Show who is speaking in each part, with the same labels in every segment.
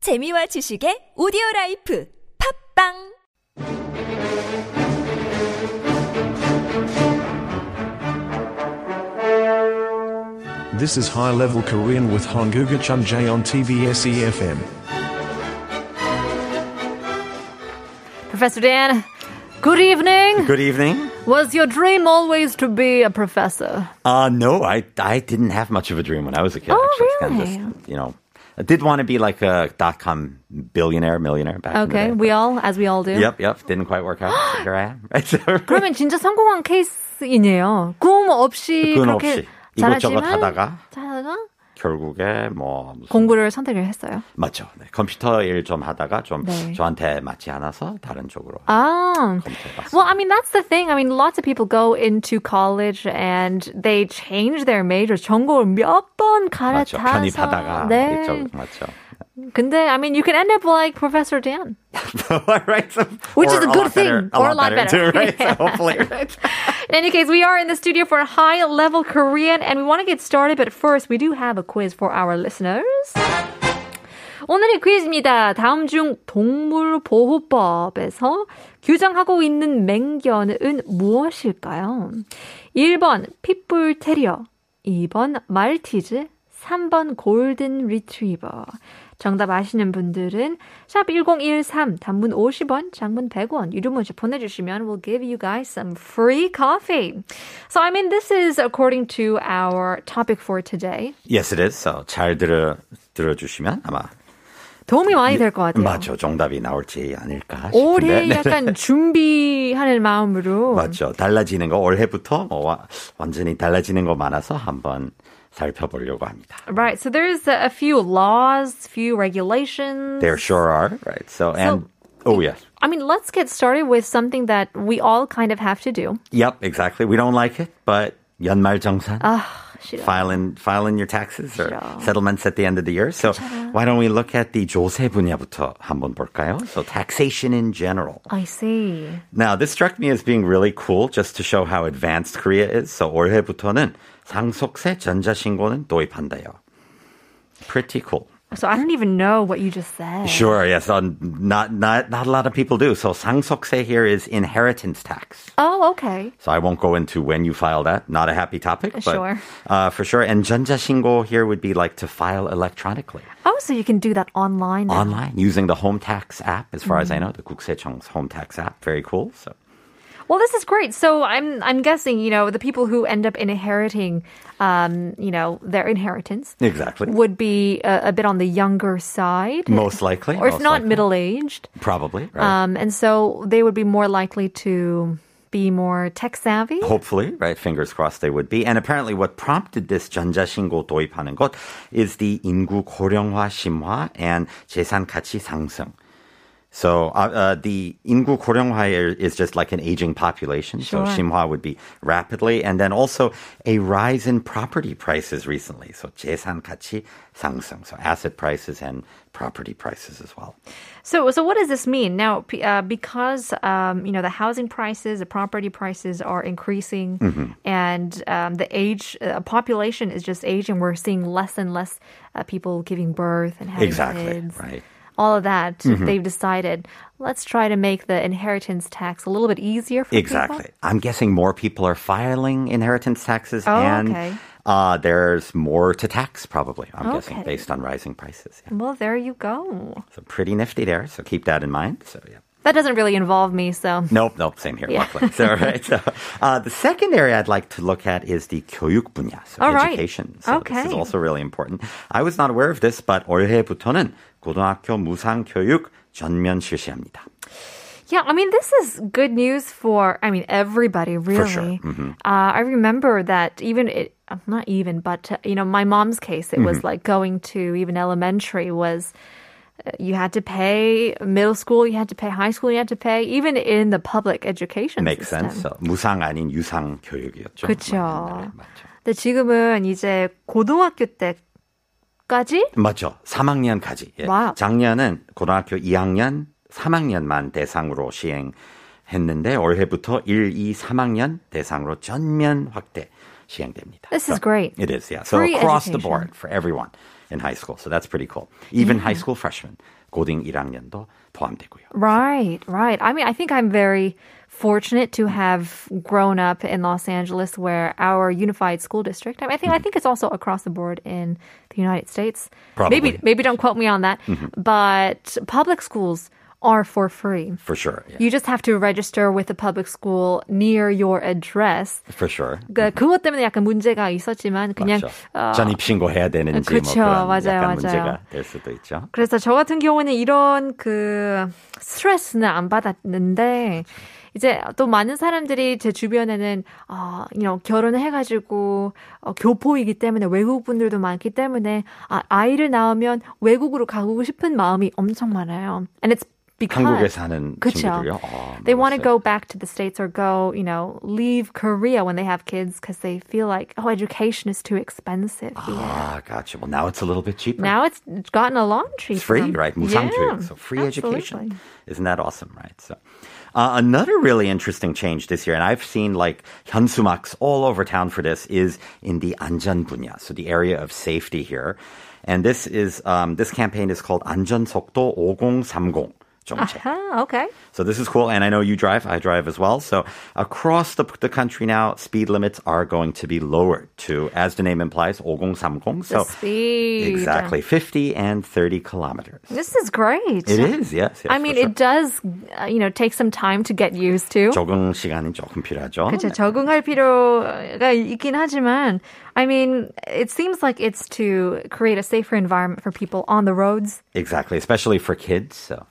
Speaker 1: 재미와 지식의 오디오 라이프 팝빵
Speaker 2: This is High Level Korean with Honguga Chunjae on TBS EFM.
Speaker 3: Professor Dan, good evening.
Speaker 4: Good evening.
Speaker 3: Was your dream always to be a professor?
Speaker 4: Uh, no, I I didn't have much of a dream when I was a kid.
Speaker 3: Oh,
Speaker 4: actually. It's kinda
Speaker 3: really?
Speaker 4: just, you know, I did want to be like a dot com billionaire, millionaire back
Speaker 3: Okay,
Speaker 4: in the day.
Speaker 3: we all, as we all do.
Speaker 4: Yep, yep. Didn't quite work out. but here I am. Right?
Speaker 3: 그러면 진짜 성공한 케이스이네요. 꿈 없이
Speaker 4: 꿈
Speaker 3: 그렇게
Speaker 4: 없이. 이것저것
Speaker 3: 잘하지만
Speaker 4: 하다가.
Speaker 3: 하다가
Speaker 4: 결국에 뭐 무슨
Speaker 3: 공부를 선택을 했어요.
Speaker 4: 맞죠. 네, 컴퓨터 일 좀 하다가 좀
Speaker 3: 네.
Speaker 4: 저한테 맞지 않아서 다른 쪽으로
Speaker 3: Ah.
Speaker 4: 검색해봤어요.
Speaker 3: Well, I mean, that's the thing. I mean, lots of people go into college and they change their majors. 전공을 몇번
Speaker 4: 맞죠.
Speaker 3: 갈아타서.
Speaker 4: 편입하다가
Speaker 3: 네.
Speaker 4: 이쪽 맞죠.
Speaker 3: 근데, I mean, you can end up like Professor Dan.
Speaker 4: right? So,
Speaker 3: Which is a
Speaker 4: or
Speaker 3: good
Speaker 4: lot better-
Speaker 3: thing, or a lot better.
Speaker 4: too, right? So hopefully, right?
Speaker 3: In any case, we are in the studio for high level Korean and we want to get started, but first we do have a quiz for our listeners. 오늘의 퀴즈입니다. 다음 중 동물보호법에서 규정하고 있는 맹견은 무엇일까요? 1번 핏불 테리어, 2번 말티즈, 3번 골든 리트리버. 정답 아시는 분들은 샵 1013 단문 50원, 장문 100원 유료 문자 보내주시면 we'll give you guys some free coffee. So I mean this is according to our topic for today.
Speaker 4: Yes, it is. So 잘 들어 들어주시면 아마
Speaker 3: 도움이 많이 될 것 같아요.
Speaker 4: 맞죠. 정답이 나올지 아닐까 싶은데.
Speaker 3: 올해
Speaker 4: 네.
Speaker 3: 약간 준비하는 마음으로
Speaker 4: 맞죠. 달라지는 거 올해부터 뭐 와- 완전히 달라지는 거 많아서 한번 살펴보려고 합니다.
Speaker 3: Right, so there's a few laws, few regulations.
Speaker 4: There sure are, right? So and oh yes,
Speaker 3: I mean, let's get started with something that we all kind of have to do.
Speaker 4: yep, exactly. We don't like it, but 연말정산.
Speaker 3: 아, 싫어.
Speaker 4: Filing, filing your taxes or
Speaker 3: 싫어.
Speaker 4: settlements at the end of the year. So why don't we look at the 조세 분야부터 한번 볼까요? So taxation in general.
Speaker 3: I see.
Speaker 4: Now, this struck me as being really cool just to show how advanced Korea is. So 올해부터는 상속세 전자신고는 도입한대요. Pretty cool.
Speaker 3: So I don't even know what you just said.
Speaker 4: Sure, yes. um, not, not, not a lot of people do. So 상속세 here is inheritance tax.
Speaker 3: Oh, okay.
Speaker 4: So I won't go into when you file that. Not a happy topic, but
Speaker 3: Sure.
Speaker 4: uh, for sure. And 전자신고 here would be like to file electronically,
Speaker 3: Oh, so you can do that online. now.
Speaker 4: online, using the home tax app, as far as
Speaker 3: Mm-hmm.
Speaker 4: I know, the 국세청's home tax app. Very cool. So
Speaker 3: Well, this is great. So I'm I'm guessing you know the people who end up inheriting, um, you know, their inheritance
Speaker 4: Exactly.
Speaker 3: would be a, a bit on the younger side,
Speaker 4: Most likely.
Speaker 3: or if
Speaker 4: most
Speaker 3: not
Speaker 4: likely.
Speaker 3: middle aged.
Speaker 4: Probably, right?
Speaker 3: Um, and so they would be more likely to be more tech savvy.
Speaker 4: Hopefully, right? Fingers crossed they would be. And apparently what prompted this 전자신고 도입하는 것 is the 인구 고령화 심화 and 재산 가치 상승. So uh, uh, the 인구 고령화 is just like an aging population.
Speaker 3: Sure.
Speaker 4: So 심화 would be rapidly. And then also a rise in property prices recently. So 재산 가치 상승. So asset prices and property prices as well.
Speaker 3: So, so what does this mean now? p- Uh, because um, you know the housing prices, the property prices are increasing,
Speaker 4: Mm-hmm.
Speaker 3: and um, the age uh, population is just aging. We're seeing less and less uh, people giving birth and having
Speaker 4: Exactly,
Speaker 3: kids.
Speaker 4: right. Mm-hmm.
Speaker 3: All of that they've decided. Let's try to make the inheritance tax a little bit easier for
Speaker 4: Exactly. I'm guessing more people are filing inheritance taxes,
Speaker 3: Oh,
Speaker 4: and
Speaker 3: okay.
Speaker 4: uh, there's more to tax, probably. I'm
Speaker 3: Okay.
Speaker 4: guessing based on rising prices. Yeah.
Speaker 3: people. Well, there you go.
Speaker 4: So pretty nifty there. So keep that in mind. So yeah.
Speaker 3: That doesn't really involve me, so
Speaker 4: Nope, nope, same here. Luckily. So, all right. So, uh, the second area I'd like to look at is the 교육 분야, so
Speaker 3: All right.
Speaker 4: education. So this is
Speaker 3: Okay.
Speaker 4: also really important. I was not aware of this, but 올해부터는 고등학교 무상 교육 전면 실시합니다.
Speaker 3: Yeah, I mean, this is good news for, I mean, everybody, really.
Speaker 4: sure. Mm-hmm.
Speaker 3: Uh, I remember that even, it, uh, not even, but, uh, you know, my mom's case, it
Speaker 4: Mm-hmm.
Speaker 3: was like going to even elementary was uh, you had to pay middle school, you had to pay high school, you had to pay, even in the public education
Speaker 4: Makes
Speaker 3: system.
Speaker 4: sense. So, 무상 아닌 유상 교육이었죠.
Speaker 3: 그쵸.
Speaker 4: 맞네, 맞죠.
Speaker 3: 근데 지금은 이제 고등학교 때까지
Speaker 4: 맞죠. 3학년까지. 예.
Speaker 3: 와우.
Speaker 4: 작년은 고등학교 2학년, 3학년만 대상으로 시행했는데 올해부터 1, 2, 3학년 대상으로 전면 확대 시행됩니다.
Speaker 3: This is great.
Speaker 4: It is, yeah. So
Speaker 3: Free
Speaker 4: across
Speaker 3: education.
Speaker 4: the board for everyone. in high school. So that's pretty cool. Even high school freshmen, 고등 1학년도 포함되고요.
Speaker 3: Right, right. I mean, I think I'm very fortunate to have grown up in Los Angeles where our unified school district. I, mean, I think I think it's also across the board in the United States.
Speaker 4: Probably. Mm-hmm.
Speaker 3: Maybe maybe don't quote me on that, but public schools are for free.
Speaker 4: For sure. Yeah.
Speaker 3: You just have to register with a public school near your address.
Speaker 4: For sure.
Speaker 3: 그 그것 때문에 약간 문제가 있었지만 그냥
Speaker 4: 그렇죠.
Speaker 3: 어,
Speaker 4: Mm-hmm. 전입신고 해야 되는지 뭐
Speaker 3: 그쵸, 맞아요,
Speaker 4: 그런 약간
Speaker 3: 맞아요.
Speaker 4: 문제가 될 수도 있죠.
Speaker 3: 그래서 저 같은 경우는 이런 그 스트레스는 안 받았는데 이제 또 많은 사람들이 제 주변에는 어, you know, 결혼을 해가지고 어, 교포이기 때문에 외국 분들도 많기 때문에 아, 아이를 낳으면 외국으로 가고 싶은 마음이 엄청 많아요. And it's because
Speaker 4: 한국에 사는
Speaker 3: 그쵸.
Speaker 4: 친구들이요. 아,
Speaker 3: They want to
Speaker 4: 몰랐어요.
Speaker 3: go back to the States or go, you know, leave Korea when they have kids because they feel like, oh, education is too expensive. Yeah.
Speaker 4: Ah, gotcha. Well, now it's a little bit cheaper.
Speaker 3: Now it's it's gotten a lot cheaper.
Speaker 4: It's free, right? 무상교육.
Speaker 3: Yeah,
Speaker 4: so free
Speaker 3: absolutely.
Speaker 4: education. Isn't that awesome, right? So uh, another really interesting change this year, and I've seen like 현수막s all over town for this, is in the 안전 분야, so the area of safety here. And this is um, this campaign is called 안전 속도 5030 정책.
Speaker 3: Ah, okay.
Speaker 4: So this is cool, and I know you drive. I drive as well. So across the, the country now, speed limits are going to be lowered to, as the name implies, 5030.
Speaker 3: The
Speaker 4: So
Speaker 3: speed.
Speaker 4: exactly 50 and 30 kilometers.
Speaker 3: This is great.
Speaker 4: It is, yes. yes
Speaker 3: I mean,
Speaker 4: for sure.
Speaker 3: it does, uh, you know, take some time to get used to.
Speaker 4: 적응 시간이 조금 필요하죠.
Speaker 3: 그쵸, 적응할 필요가 있긴 하지만, I mean, it seems like it's to create a safer environment for people on the roads.
Speaker 4: Exactly, especially for kids. So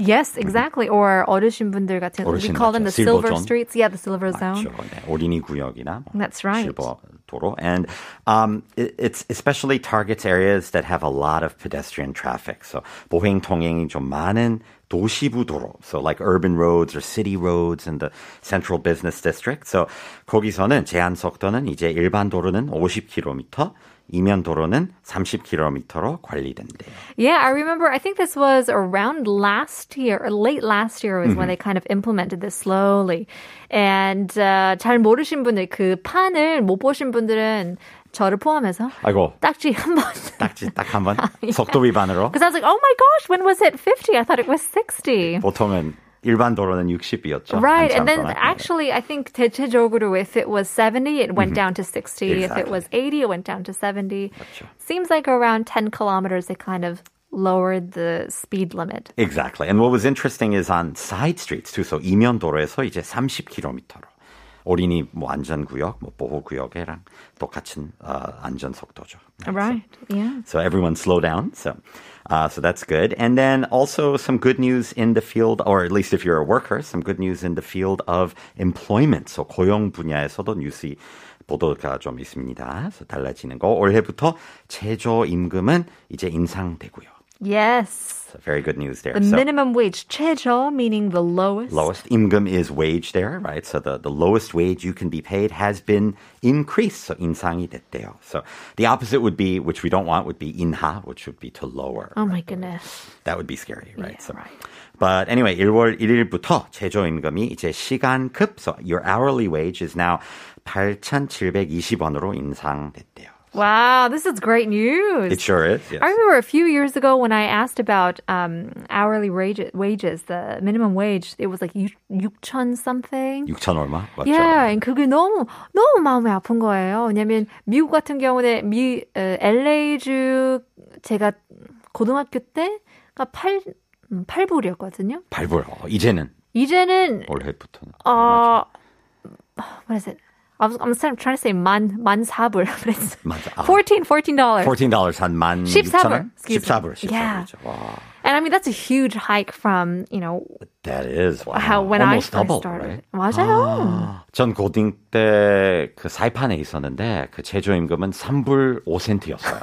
Speaker 3: Yes, exactly. Or 어르신 분들 같은, we
Speaker 4: Mm-hmm. 어르신
Speaker 3: call them
Speaker 4: 맞죠.
Speaker 3: the
Speaker 4: Silver
Speaker 3: silver
Speaker 4: zone.
Speaker 3: streets. Yeah, the silver zone.
Speaker 4: 맞죠. 네, 어린이 구역이나 뭐
Speaker 3: That's right.
Speaker 4: 실버 도로. And um, it, it's especially targets areas that have a lot of pedestrian traffic. So 보행 통행이 좀 많은 도시부 도로. So like urban roads or city roads in the central business district. So 거기서는 제한 속도는 이제 일반 도로는 50km, 이면 도로는 30km로 관리된대요.
Speaker 3: Yeah, I remember. I think this was around last year or late last year was
Speaker 4: Mm-hmm.
Speaker 3: when they kind of implemented this slowly. And uh, 잘 모르신 분들 그 판을 못 보신 분들은 저를 포함해서
Speaker 4: 아이고.
Speaker 3: 딱지 한 번.
Speaker 4: 딱지 딱 한 번
Speaker 3: 아, 예.
Speaker 4: 속도 위반으로
Speaker 3: Because I was like, oh my gosh, when was it 50? I thought it was 60.
Speaker 4: 보통은 일반 도로는 60이었죠.
Speaker 3: Right, and then actually, I think 대체적으로, if it was 70, it went down to 60. If it
Speaker 4: Mm-hmm. Exactly.
Speaker 3: was 80, it went down to 70.
Speaker 4: 맞죠.
Speaker 3: Seems like around 10 kilometers, they kind of lowered the speed limit.
Speaker 4: Exactly. And what was interesting is on side streets too. So 이면 도로에서 이제 30km로 어린이 뭐 안전 구역, 뭐 보호 구역이랑 똑같은 어, 안전 속도죠.
Speaker 3: Right, yeah.
Speaker 4: So everyone slow down. So, uh, so that's good. And then also some good news in the field, or at least if you're a worker, some good news in the field of employment. So 고용 분야에서도 뉴스 보도가 좀 있습니다. So 달라지는 거 올해부터 최저 임금은 이제 인상되고요.
Speaker 3: Yes.
Speaker 4: So very good news there.
Speaker 3: The
Speaker 4: So
Speaker 3: minimum wage, 최저, meaning the lowest.
Speaker 4: lowest income is wage there, right? So the, the lowest wage you can be paid has been increased. So 인상이 됐대요. So the opposite would be, which we don't want, would be 인하, which would be to lower.
Speaker 3: Oh my goodness.
Speaker 4: That would be scary, right?
Speaker 3: Yeah, right.
Speaker 4: But anyway, 1월 1일부터 최저임금이 이제 시간급, so your hourly wage is now 8,720원으로 인상됐대요.
Speaker 3: Wow, this is great news.
Speaker 4: It sure is.
Speaker 3: I
Speaker 4: Yes.
Speaker 3: remember a few years ago when I asked about um, hourly wage, wages, the minimum wage, it was like 6천 something.
Speaker 4: 6천 얼마? 맞죠?
Speaker 3: Yeah, and 그게 너무 너무 마음이 아픈 거예요. 왜냐면 미국 같은 경우에 미 에, LA 주 제가 고등학교 때가 8 8불이었거든요.
Speaker 4: 발불. 어, 이제는
Speaker 3: 이제는
Speaker 4: 올해부터는.
Speaker 3: 어, Uh, what is it? I was, I'm trying trying to say man man sabur, but it's
Speaker 4: 만 사- 아.
Speaker 3: 14 dollars.
Speaker 4: $14 한 16,000원?
Speaker 3: 14불. Excuse me.
Speaker 4: 14불. 14불.
Speaker 3: 어. Yeah.
Speaker 4: 와.
Speaker 3: And I mean that's a huge hike from you know
Speaker 4: That is wow.
Speaker 3: how when
Speaker 4: Almost
Speaker 3: I first
Speaker 4: double,
Speaker 3: started.
Speaker 4: right? Ah.
Speaker 3: 맞아요.
Speaker 4: 아, 전 고딩 때 그 사이판에 있었는데 그 최저임금은 3불 5센트였어요.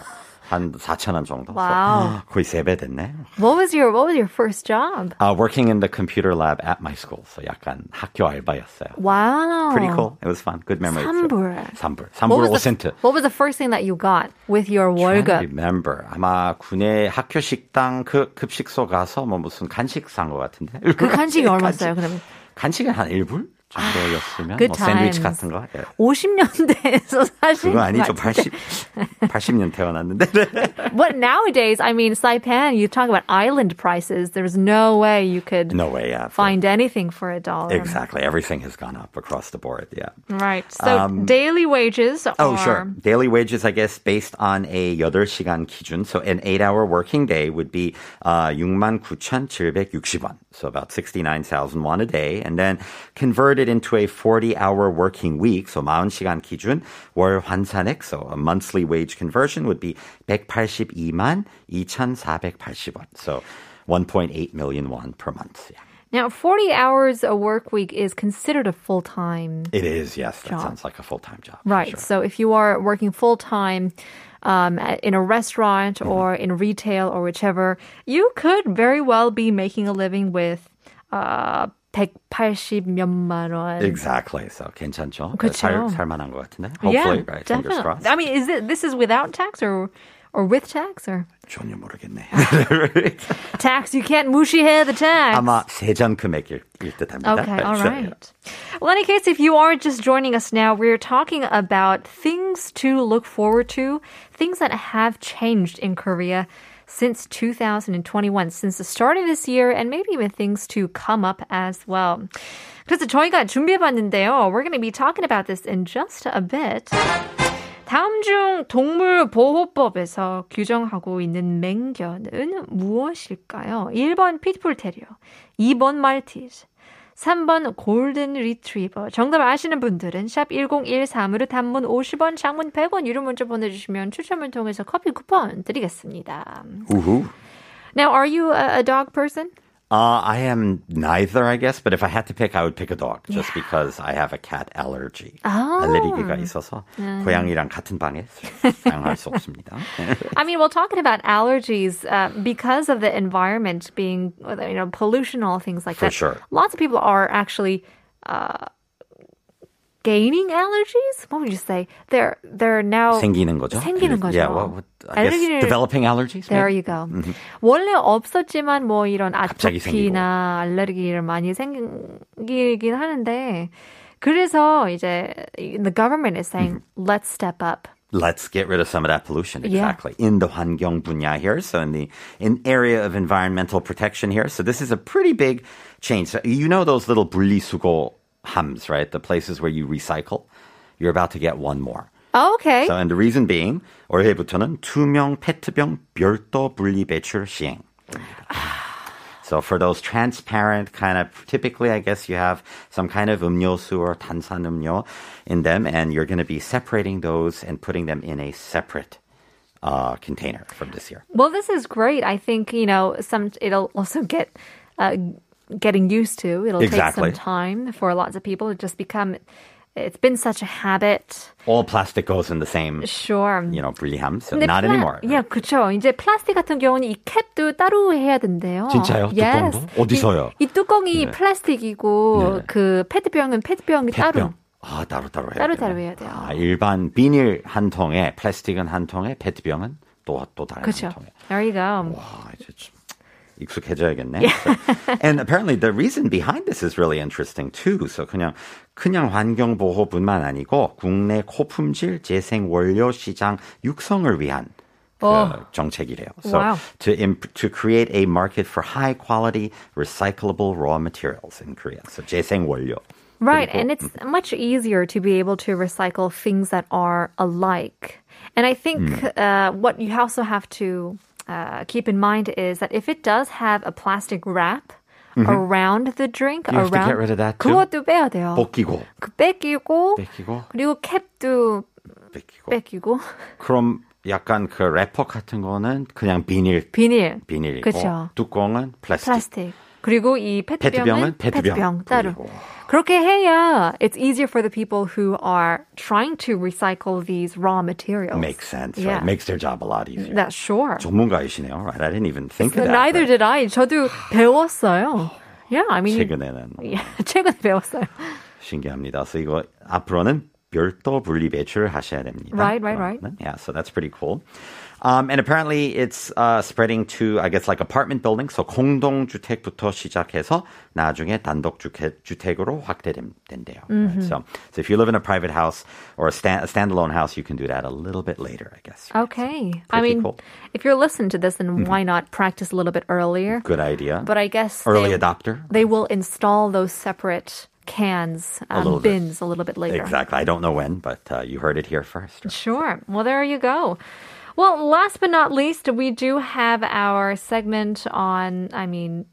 Speaker 4: 한 4천 원 정도.
Speaker 3: 와우.
Speaker 4: 거의 3배 됐네.
Speaker 3: What was your what was your first job?
Speaker 4: Uh, working in the computer lab at my school. So 약간 학교 알바였어요.
Speaker 3: Wow.
Speaker 4: Pretty cool. It was fun. Good memories.
Speaker 3: 삼불.
Speaker 4: 3불.
Speaker 3: What
Speaker 4: 3불
Speaker 3: was, the,
Speaker 4: 5센트.
Speaker 3: what was the first thing that you got with your 월급?
Speaker 4: remember. 아마 군의 학교 식당 그 급식소 가서 뭐 무슨 간식 산 것 같은데.
Speaker 3: 그 간식이 얼마였어요? 그러면
Speaker 4: 간식은 한 1불? 정도였으면
Speaker 3: good
Speaker 4: 뭐 샌드위치
Speaker 3: times.
Speaker 4: 같은 거. 예.
Speaker 3: 50년대에서 사실
Speaker 4: 그거 아니죠. 80, 80년 태어났는데.
Speaker 3: But nowadays, I mean, Saipan, you talk about island prices. There's no way you could
Speaker 4: no way. Yeah.
Speaker 3: find anything for a dollar.
Speaker 4: Exactly. Everything has gone up across the board. Yeah.
Speaker 3: Right. So daily wages are
Speaker 4: Um, Oh, sure. Daily wages, I guess, based on a 8시간 기준. So an 8-hour working day would be uh, 69,760원. So about 69,000 won a day. And then converted into a 40-hour working week. So 40시간 기준 월 환산액. So a monthly wage conversion would be 182만 2,480원. So 1.8 million won per month. Yeah.
Speaker 3: Now, 40 hours a work week is considered a full time.
Speaker 4: It is, yes. That
Speaker 3: Job.
Speaker 4: sounds like a full-time job. for
Speaker 3: Right.
Speaker 4: sure.
Speaker 3: So if you are working full time um, at- in a restaurant
Speaker 4: Mm-hmm.
Speaker 3: or in retail or whichever, you could very well be making a living with uh, 180 몇만 원.
Speaker 4: Exactly. So 괜찮죠?
Speaker 3: 그쵸.
Speaker 4: 살, 살만한 것 같은데.
Speaker 3: 그렇죠.
Speaker 4: Hopefully,
Speaker 3: yeah,
Speaker 4: right? Fingers
Speaker 3: definitely.
Speaker 4: crossed.
Speaker 3: I mean, is it this is without tax or or with tax or
Speaker 4: 전혀 모르겠네.
Speaker 3: tax? You can't mushy hair the tax.
Speaker 4: 아마 세전 금액일 일 듯합니다. 그렇죠?
Speaker 3: Okay, all
Speaker 4: So,
Speaker 3: right. Well, in any case, if you are just joining us now, we're talking about things to look forward to, things that have changed in Korea since 2021, since the start of this year, and maybe even things to come up as well. 그래서 저희가 준비해봤는데요. We're going to be talking about this in just a bit. 다음 중 동물보호법에서 규정하고 있는 맹견은 무엇일까요? 1번 피트불테리어, 2번 말티즈, 3번 골든 리트리버. 정답 아시는 분들은 샵 1013으로 단문 50원, 장문 100원 유료 문자 보내주시면 추첨을 통해서 커피 쿠폰 드리겠습니다.
Speaker 4: 우후.
Speaker 3: Now, are you a, a dog person?
Speaker 4: Uh, I am neither, I guess. But if I had to pick, I would pick a dog, just because I have a cat allergy.
Speaker 3: 아.
Speaker 4: 알레르기가 있어서
Speaker 3: 음.
Speaker 4: 고양이랑 같은 방에 사용할 수 없습니다.
Speaker 3: I mean, well, talking about allergies uh, because of the environment being, you know, pollution, all things like
Speaker 4: For
Speaker 3: that.
Speaker 4: sure.
Speaker 3: Lots of people are actually uh, gaining allergies. What would you say? They're they're now
Speaker 4: 생기는 거죠?
Speaker 3: 어, 생기는 거죠.
Speaker 4: Yeah, well, what- I guess
Speaker 3: 알레르기를-
Speaker 4: developing allergies.
Speaker 3: There
Speaker 4: maybe?
Speaker 3: you go. 원래 없었지만 뭐 이런
Speaker 4: 갑자기 생기고.
Speaker 3: 아토피나 알레르기를 많이 생기긴 하는데 그래서 이제 the government is saying
Speaker 4: Mm-hmm.
Speaker 3: let's step up.
Speaker 4: Let's get rid of some of that pollution.
Speaker 3: Yeah.
Speaker 4: Exactly. In the 환경 분야 here, so in the in area of environmental protection here. So this is a pretty big change. So you know those little 분리수거 hums, right? The places where you recycle. You're about to get one more.
Speaker 3: Okay.
Speaker 4: So and the reason being, 올해부터는 투명 페트병 별도 분리 배출 시행. So for those transparent kind of, typically I guess you have some kind of 음료수 or 탄산 음료 in them, and you're going to be separating those and putting them in a separate uh, container from this year.
Speaker 3: Well, this is great. I think you know some. It'll also get uh, getting used to. It'll
Speaker 4: Exactly.
Speaker 3: take some time for lots of people to just become. It's been such a habit.
Speaker 4: All plastic goes in the same,
Speaker 3: Sure.
Speaker 4: you know, 분리함. So
Speaker 3: 근데
Speaker 4: not
Speaker 3: 플라-
Speaker 4: anymore.
Speaker 3: 예, 그렇죠. 이제 플라스틱 같은 경우는 이 캡도 따로 해야 된대요.
Speaker 4: 진짜요?
Speaker 3: Yes.
Speaker 4: 뚜껑도? 어디서요?
Speaker 3: 이, 이 뚜껑이 플라스틱이고 그 페트병은 페트병이 따로.
Speaker 4: 페트병. 아 따로 따로 해야
Speaker 3: 따로
Speaker 4: 되나?
Speaker 3: 따로 해야 돼요.
Speaker 4: 아, 일반 비닐 한 통에 플라스틱은 한 통에 페트병은 또 또 다른
Speaker 3: 그렇죠.
Speaker 4: 한 통에.
Speaker 3: There you go.
Speaker 4: 와, 아, 이제 좀 익숙해져야겠네. and apparently the reason behind this is really interesting too. So 그냥 그냥 환경 보호뿐만 아니고 국내 고품질 재생 원료 시장 육성을 위한 그
Speaker 3: 어.
Speaker 4: 정책이래요. So
Speaker 3: Wow.
Speaker 4: to imp- to create a market for high quality recyclable raw materials in Korea. So 재생 원료.
Speaker 3: Right, and it's
Speaker 4: Mm.
Speaker 3: much easier to be able to recycle things that are alike. And I think
Speaker 4: Mm.
Speaker 3: uh, what you also have to uh, keep in mind is that if it does have a plastic wrap around the drink,
Speaker 4: Mm-hmm. You have to
Speaker 3: around
Speaker 4: get rid of that too?
Speaker 3: 그것도 빼야 돼요.
Speaker 4: 벗기고
Speaker 3: 그 뺏기고
Speaker 4: 뺏기고
Speaker 3: 그리고 캡도
Speaker 4: 뺏기고
Speaker 3: 뺏기고
Speaker 4: 그럼 약간 그 래퍼 같은 거는 그냥 비닐
Speaker 3: 비닐,
Speaker 4: 비닐이고
Speaker 3: 그렇죠.
Speaker 4: 뚜껑은 플라스틱.
Speaker 3: 플라스틱. 그리고 이 페트병은
Speaker 4: 페트병은 페트병.
Speaker 3: 따로.
Speaker 4: 그리고-
Speaker 3: 그렇게 해야 it's easier for the people who are trying to recycle these raw materials.
Speaker 4: Makes sense.
Speaker 3: Yeah.
Speaker 4: Right? Makes their job a lot easier.
Speaker 3: That's sure.
Speaker 4: 전문가이시네요. Right? I didn't even think of that.
Speaker 3: Neither did
Speaker 4: but
Speaker 3: I. 저도 배웠어요. Yeah, I mean,
Speaker 4: 최근에는
Speaker 3: yeah, 최근에 배웠어요.
Speaker 4: 신기합니다. 그래서 이거 앞으로는 별도 분리 배출을 하셔야 됩니다.
Speaker 3: Right, right, right.
Speaker 4: 그러면은. Yeah, so that's pretty cool. Um, and apparently it's uh, spreading to, I guess, like apartment buildings. So 공동주택부터 시작해서 나중에 단독주택으로 확대된대요. Right? So, so if you live in a private house or a, stand, a standalone house, you can do that a little bit later, I guess.
Speaker 3: Uh, Okay. I
Speaker 4: Pretty
Speaker 3: mean,
Speaker 4: cool.
Speaker 3: if you're listening to this,
Speaker 4: Mm-hmm.
Speaker 3: then why not practice a little bit earlier?
Speaker 4: Good idea.
Speaker 3: But I guess
Speaker 4: Early
Speaker 3: they,
Speaker 4: adopter.
Speaker 3: they will install those separate cans, um,
Speaker 4: little bit.
Speaker 3: bins a little bit later.
Speaker 4: Exactly. I don't know when, but uh, you heard it here first.
Speaker 3: Sure. Well, there you go. Well, last but not least, we do have our segment on, I mean,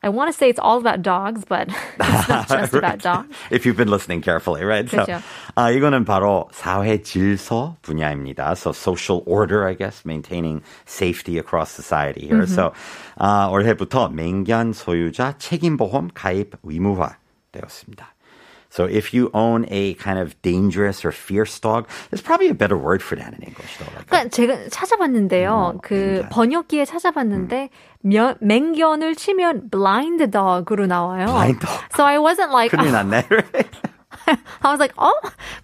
Speaker 3: I want to say it's all about dogs, but it's not just about dogs.
Speaker 4: If you've been listening carefully, right?
Speaker 3: 그죠.
Speaker 4: 아, 이거는 바로 사회 질서 분야입니다. So social order, I guess, maintaining safety across society here.
Speaker 3: Mm-hmm.
Speaker 4: So 아, 올해부터 맹견 소유자 책임보험 가입 의무화 되었습니다. So if you own a kind of dangerous or fierce dog, there's probably a better word for that in English, though. Like a-
Speaker 3: 그러니까 제가 찾아봤는데요. 그 번역기에 찾아봤는데 면, 맹견을 치면 blind dog으로 나와요.
Speaker 4: Blind dog.
Speaker 3: So I wasn't like
Speaker 4: 큰일 났네.
Speaker 3: I was like 어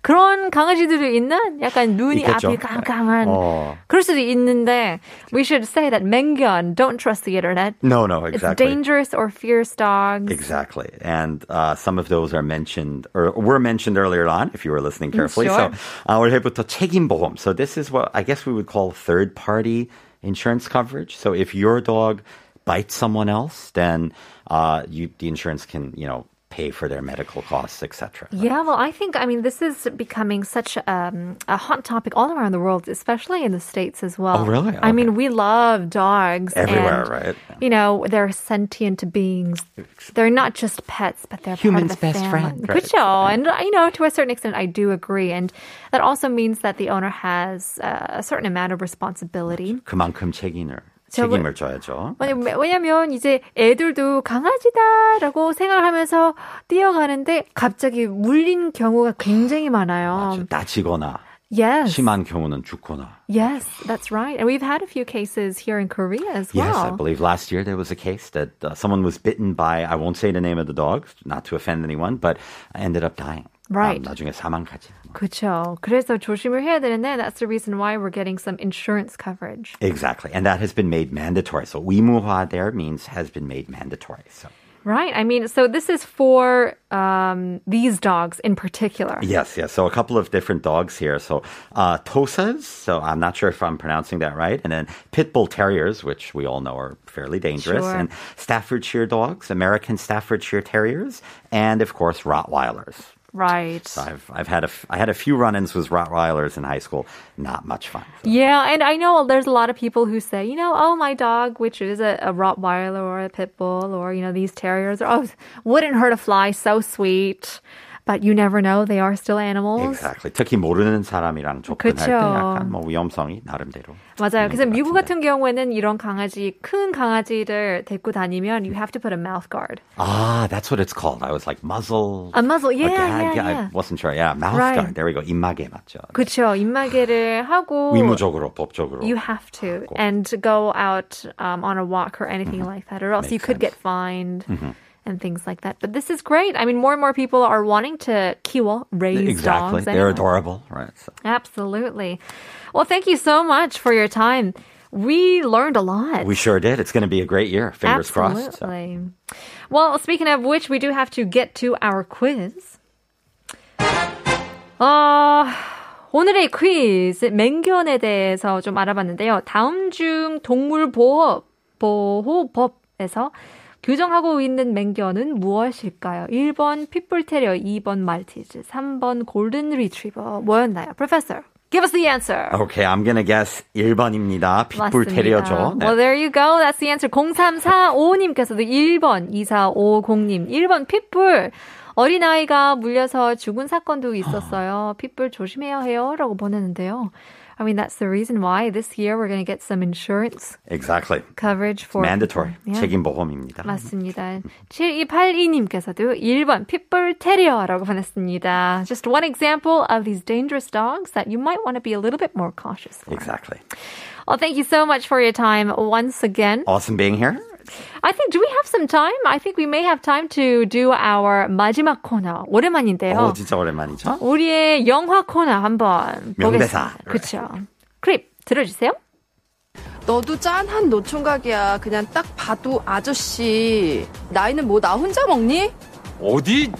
Speaker 3: 그런 강아지들이 있나? 약간 눈이
Speaker 4: 있겠죠.
Speaker 3: 앞이 깜깜한.
Speaker 4: 어.
Speaker 3: 그럴 수도 있는데 we should say that 맹견 don't trust the internet.
Speaker 4: no, no,
Speaker 3: It's
Speaker 4: exactly.
Speaker 3: dangerous or fierce dogs.
Speaker 4: Exactly. And uh, some of those are mentioned or were mentioned earlier on if you were listening carefully.
Speaker 3: Mm, sure.
Speaker 4: So, uh, 올해부터 책임보험. So, this is what I guess we would call third party insurance coverage. So, if your dog bites someone else, then uh, you, the insurance can, you know, pay for their medical costs, etc.
Speaker 3: Yeah, well, I think I mean this is becoming such um, a hot topic all around the world, especially in the states as well.
Speaker 4: Oh, really?
Speaker 3: I
Speaker 4: Okay.
Speaker 3: mean, we love dogs
Speaker 4: Everywhere,
Speaker 3: and,
Speaker 4: right?
Speaker 3: You know, they're sentient beings. They're not just pets, but they're part
Speaker 4: Humans'
Speaker 3: of the
Speaker 4: best
Speaker 3: family.
Speaker 4: friend, right?
Speaker 3: Good show. And you know, to a certain extent, I do agree, and that also means that the owner has uh, a certain amount of responsibility.
Speaker 4: 그만큼 책임을,
Speaker 3: 저 뭐-
Speaker 4: 책임을 져야죠.
Speaker 3: 왜냐- 왜냐면 이제 애들도 강아지다라고 생각하면서 뛰어가는데 갑자기 물린 경우가 굉장히 많아요.
Speaker 4: 아주 다치거나
Speaker 3: Yes.
Speaker 4: 심한 경우는 죽거나.
Speaker 3: Yes, that's right. And we've had a few cases here in Korea as well.
Speaker 4: Yes, I believe last year there was a case that uh, someone was bitten by, I won't say the name of the dog, not to offend anyone, but ended up dying. Um,
Speaker 3: Right.
Speaker 4: 아, 나중에 사망까지.
Speaker 3: 그렇죠. 그래서 조심을 해야 되는데 that's the reason why we're getting some insurance coverage.
Speaker 4: Exactly. And that has been made mandatory. So 의무화 there means has been made mandatory. So
Speaker 3: Right. I mean, so this is for um, these dogs in particular.
Speaker 4: Yes, yes. So a couple of different dogs here. So uh, Tosas, so I'm not sure if I'm pronouncing that right, and then Pit Bull Terriers, which we all know are fairly dangerous,
Speaker 3: Sure.
Speaker 4: and Staffordshire dogs, American Staffordshire Terriers, and of course Rottweilers.
Speaker 3: Right.
Speaker 4: I've I've had a f- I had a few run-ins with Rottweilers in high school. Not much fun.
Speaker 3: Yeah, and I know there's a lot of people who say, you know, oh, my dog, which is a, a Rottweiler or a pit bull or, you know, these terriers, are, oh, wouldn't hurt a fly, so sweet. But you never know, they are still animals.
Speaker 4: Exactly. 특히 모르는 사람이랑 접근할 때
Speaker 3: 그쵸.
Speaker 4: 약간 뭐 위험성이 나름대로.
Speaker 3: 맞아요.
Speaker 4: 있는
Speaker 3: 그래서
Speaker 4: 것
Speaker 3: 미국
Speaker 4: 같은데.
Speaker 3: 같은 경우에는 이런 강아지, 큰 강아지를 데리고 다니면 you have to put a mouth guard.
Speaker 4: Ah, that's what it's called. I was like muzzle.
Speaker 3: A muzzle. Yeah,
Speaker 4: Okay, I-
Speaker 3: yeah,
Speaker 4: I
Speaker 3: yeah.
Speaker 4: wasn't sure. Yeah, mouth
Speaker 3: Right.
Speaker 4: guard. There we go. 입마개 맞죠.
Speaker 3: 그렇죠. 입마개를 하고
Speaker 4: 의무적으로 법적으로.
Speaker 3: you have to
Speaker 4: 하고.
Speaker 3: and go out um, on a walk or anything like that or else you
Speaker 4: Mm-hmm. Makes
Speaker 3: could get
Speaker 4: sense. Mm-hmm.
Speaker 3: fined. And things like that. But this is great. I mean, more and more people are wanting to kiwa, raise
Speaker 4: exactly.
Speaker 3: dogs.
Speaker 4: They're
Speaker 3: anyway.
Speaker 4: adorable, right? So.
Speaker 3: Absolutely. Well, thank you so much for your time. We learned a lot.
Speaker 4: We sure did. It's going to be a great year. Fingers crossed. So.
Speaker 3: Absolutely. Well, speaking of which, we do have to get to our quiz. 어, 오늘의 퀴즈 맹견에 대해서 좀 알아봤는데요. 다음 중 동물 보호 보호법에서 규정하고 있는 맹견은 무엇일까요? 1번 핏불 테리어, 2번 말티즈, 3번 골든 리트리버. 뭐였나요? Professor, give us the answer.
Speaker 4: Okay, I'm gonna guess 1번입니다. 핏불 테리어죠. 네.
Speaker 3: Well, there you go. That's the answer. 0345님께서도 1번, 2450님, 1번 핏불. 어린아이가 물려서 죽은 사건도 있었어요. 핏불 조심해야 해요. 라고 보냈는데요. I mean, that's the reason why this year we're going to get some insurance
Speaker 4: Exactly.
Speaker 3: coverage for.
Speaker 4: Mandatory.
Speaker 3: people. Yeah.
Speaker 4: 책임 보험입니다.
Speaker 3: 맞습니다. 7282님께서도 1번 핏불 테리어라고 보냈습니다. Just one example of these dangerous dogs that you might want to be a little bit more cautious. for.
Speaker 4: Exactly.
Speaker 3: Well, thank you so much for your time once again.
Speaker 4: Oh. Awesome being here.
Speaker 3: I think, do we have some time? I think we may have time to do our 마지막 코너. 오랜만인데요.
Speaker 4: 어, 진짜 오랜만이죠?
Speaker 3: 우리의 영화 코너 한번
Speaker 4: 명대사.
Speaker 3: 보겠습니다. 그렇죠. 클립 들어주세요.
Speaker 5: 너도 짠한 노총각이야. 그냥 딱 봐도 아저씨. 나이는 뭐 나 혼자 먹니?
Speaker 6: 어디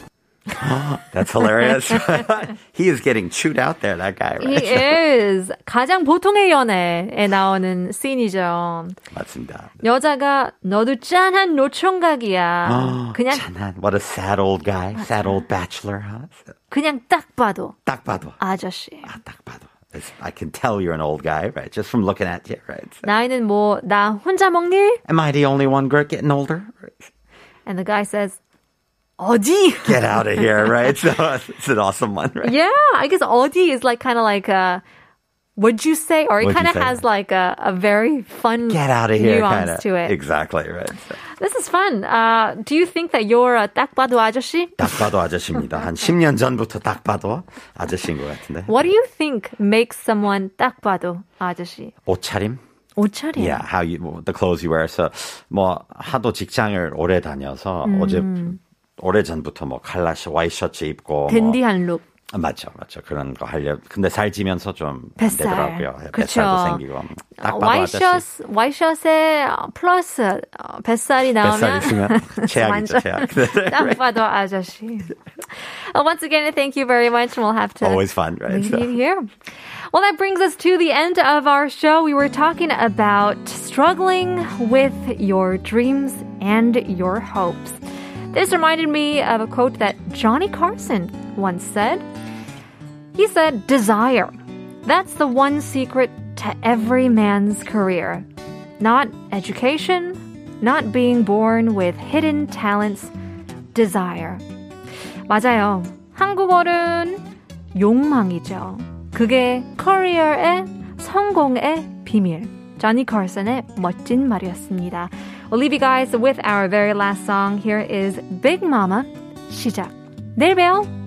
Speaker 4: That's hilarious. he is getting chewed out there, that guy,
Speaker 3: He
Speaker 4: right?
Speaker 3: is 가장 보통의 연애에 나오는 씬이죠.
Speaker 4: 맞습니다.
Speaker 3: 여자가 너도 짠한
Speaker 4: 아,
Speaker 3: 노총각이야. 그냥
Speaker 4: 짠한. What a sad old guy, sad old bachelor, huh?
Speaker 3: 그냥 딱 봐도
Speaker 4: 딱 봐도.
Speaker 3: Ah. 아저씨.
Speaker 4: 아, 딱 봐도. It's- I can tell you're an old guy, right? Just from looking at you, right? So,
Speaker 3: 나이는 뭐 나 혼자 먹니?
Speaker 4: Am I the only one girl getting older?
Speaker 3: And the guy says 어디?
Speaker 4: Get out of here, right? So it's an awesome one, right?
Speaker 3: Yeah, I guess 어디 is like kind of like a would you say or it
Speaker 4: Would you
Speaker 3: kind of
Speaker 4: say?
Speaker 3: has like a, a very fun
Speaker 4: Get out of here,
Speaker 3: nuance
Speaker 4: kind of.
Speaker 3: to it.
Speaker 4: Exactly, right? So,
Speaker 3: This is fun. Uh, do you think that you're a 딱 봐도 아저씨?
Speaker 4: 딱 봐도 아저씨입니다. 한 10년 전부터 딱 봐도 아저씨인 것 같은데.
Speaker 3: What do you think makes someone 딱 봐도 아저씨?
Speaker 4: 옷차림?
Speaker 3: 옷차림.
Speaker 4: Yeah, how you the clothes you wear. So 뭐 하도 직장을 오래 다녀서 어제 오래 전부터 뭐 칼라시 와이셔츠 입고 뭐,
Speaker 3: 음. 댄디한 룩.
Speaker 4: 아, 맞죠, 맞죠. 그런 거 하려. 근데 살찌면서 좀
Speaker 3: 뱃살.
Speaker 4: 되더라고요. 예,
Speaker 3: 그쵸.
Speaker 4: 뱃살도 생기고 딱 봐도 아저씨.
Speaker 3: 와이셔츠, 와이셔츠에 어, 플러스 어, 뱃살이
Speaker 4: 뱃살
Speaker 3: 나오면
Speaker 4: 있으면 최악이죠,
Speaker 3: 완전
Speaker 4: 최악.
Speaker 3: 딱 봐도 아저씨. Uh, Once again, thank you very much. We'll have to
Speaker 4: Always fun, right?
Speaker 3: leave
Speaker 4: So-
Speaker 3: you here. Well, that brings us to the end of our show. We were talking about struggling with your dreams and your hopes. This reminded me of a quote that Johnny Carson once said. He said, Desire. That's the one secret to every man's career. Not education, not being born with hidden talents, desire. 맞아요. 한국어는 욕망이죠. 그게 커리어의 성공의 비밀. Johnny Carson의 멋진 말이었습니다. We'll leave you guys with our very last song. Here is Big Mama, 시작. 내일 봬요.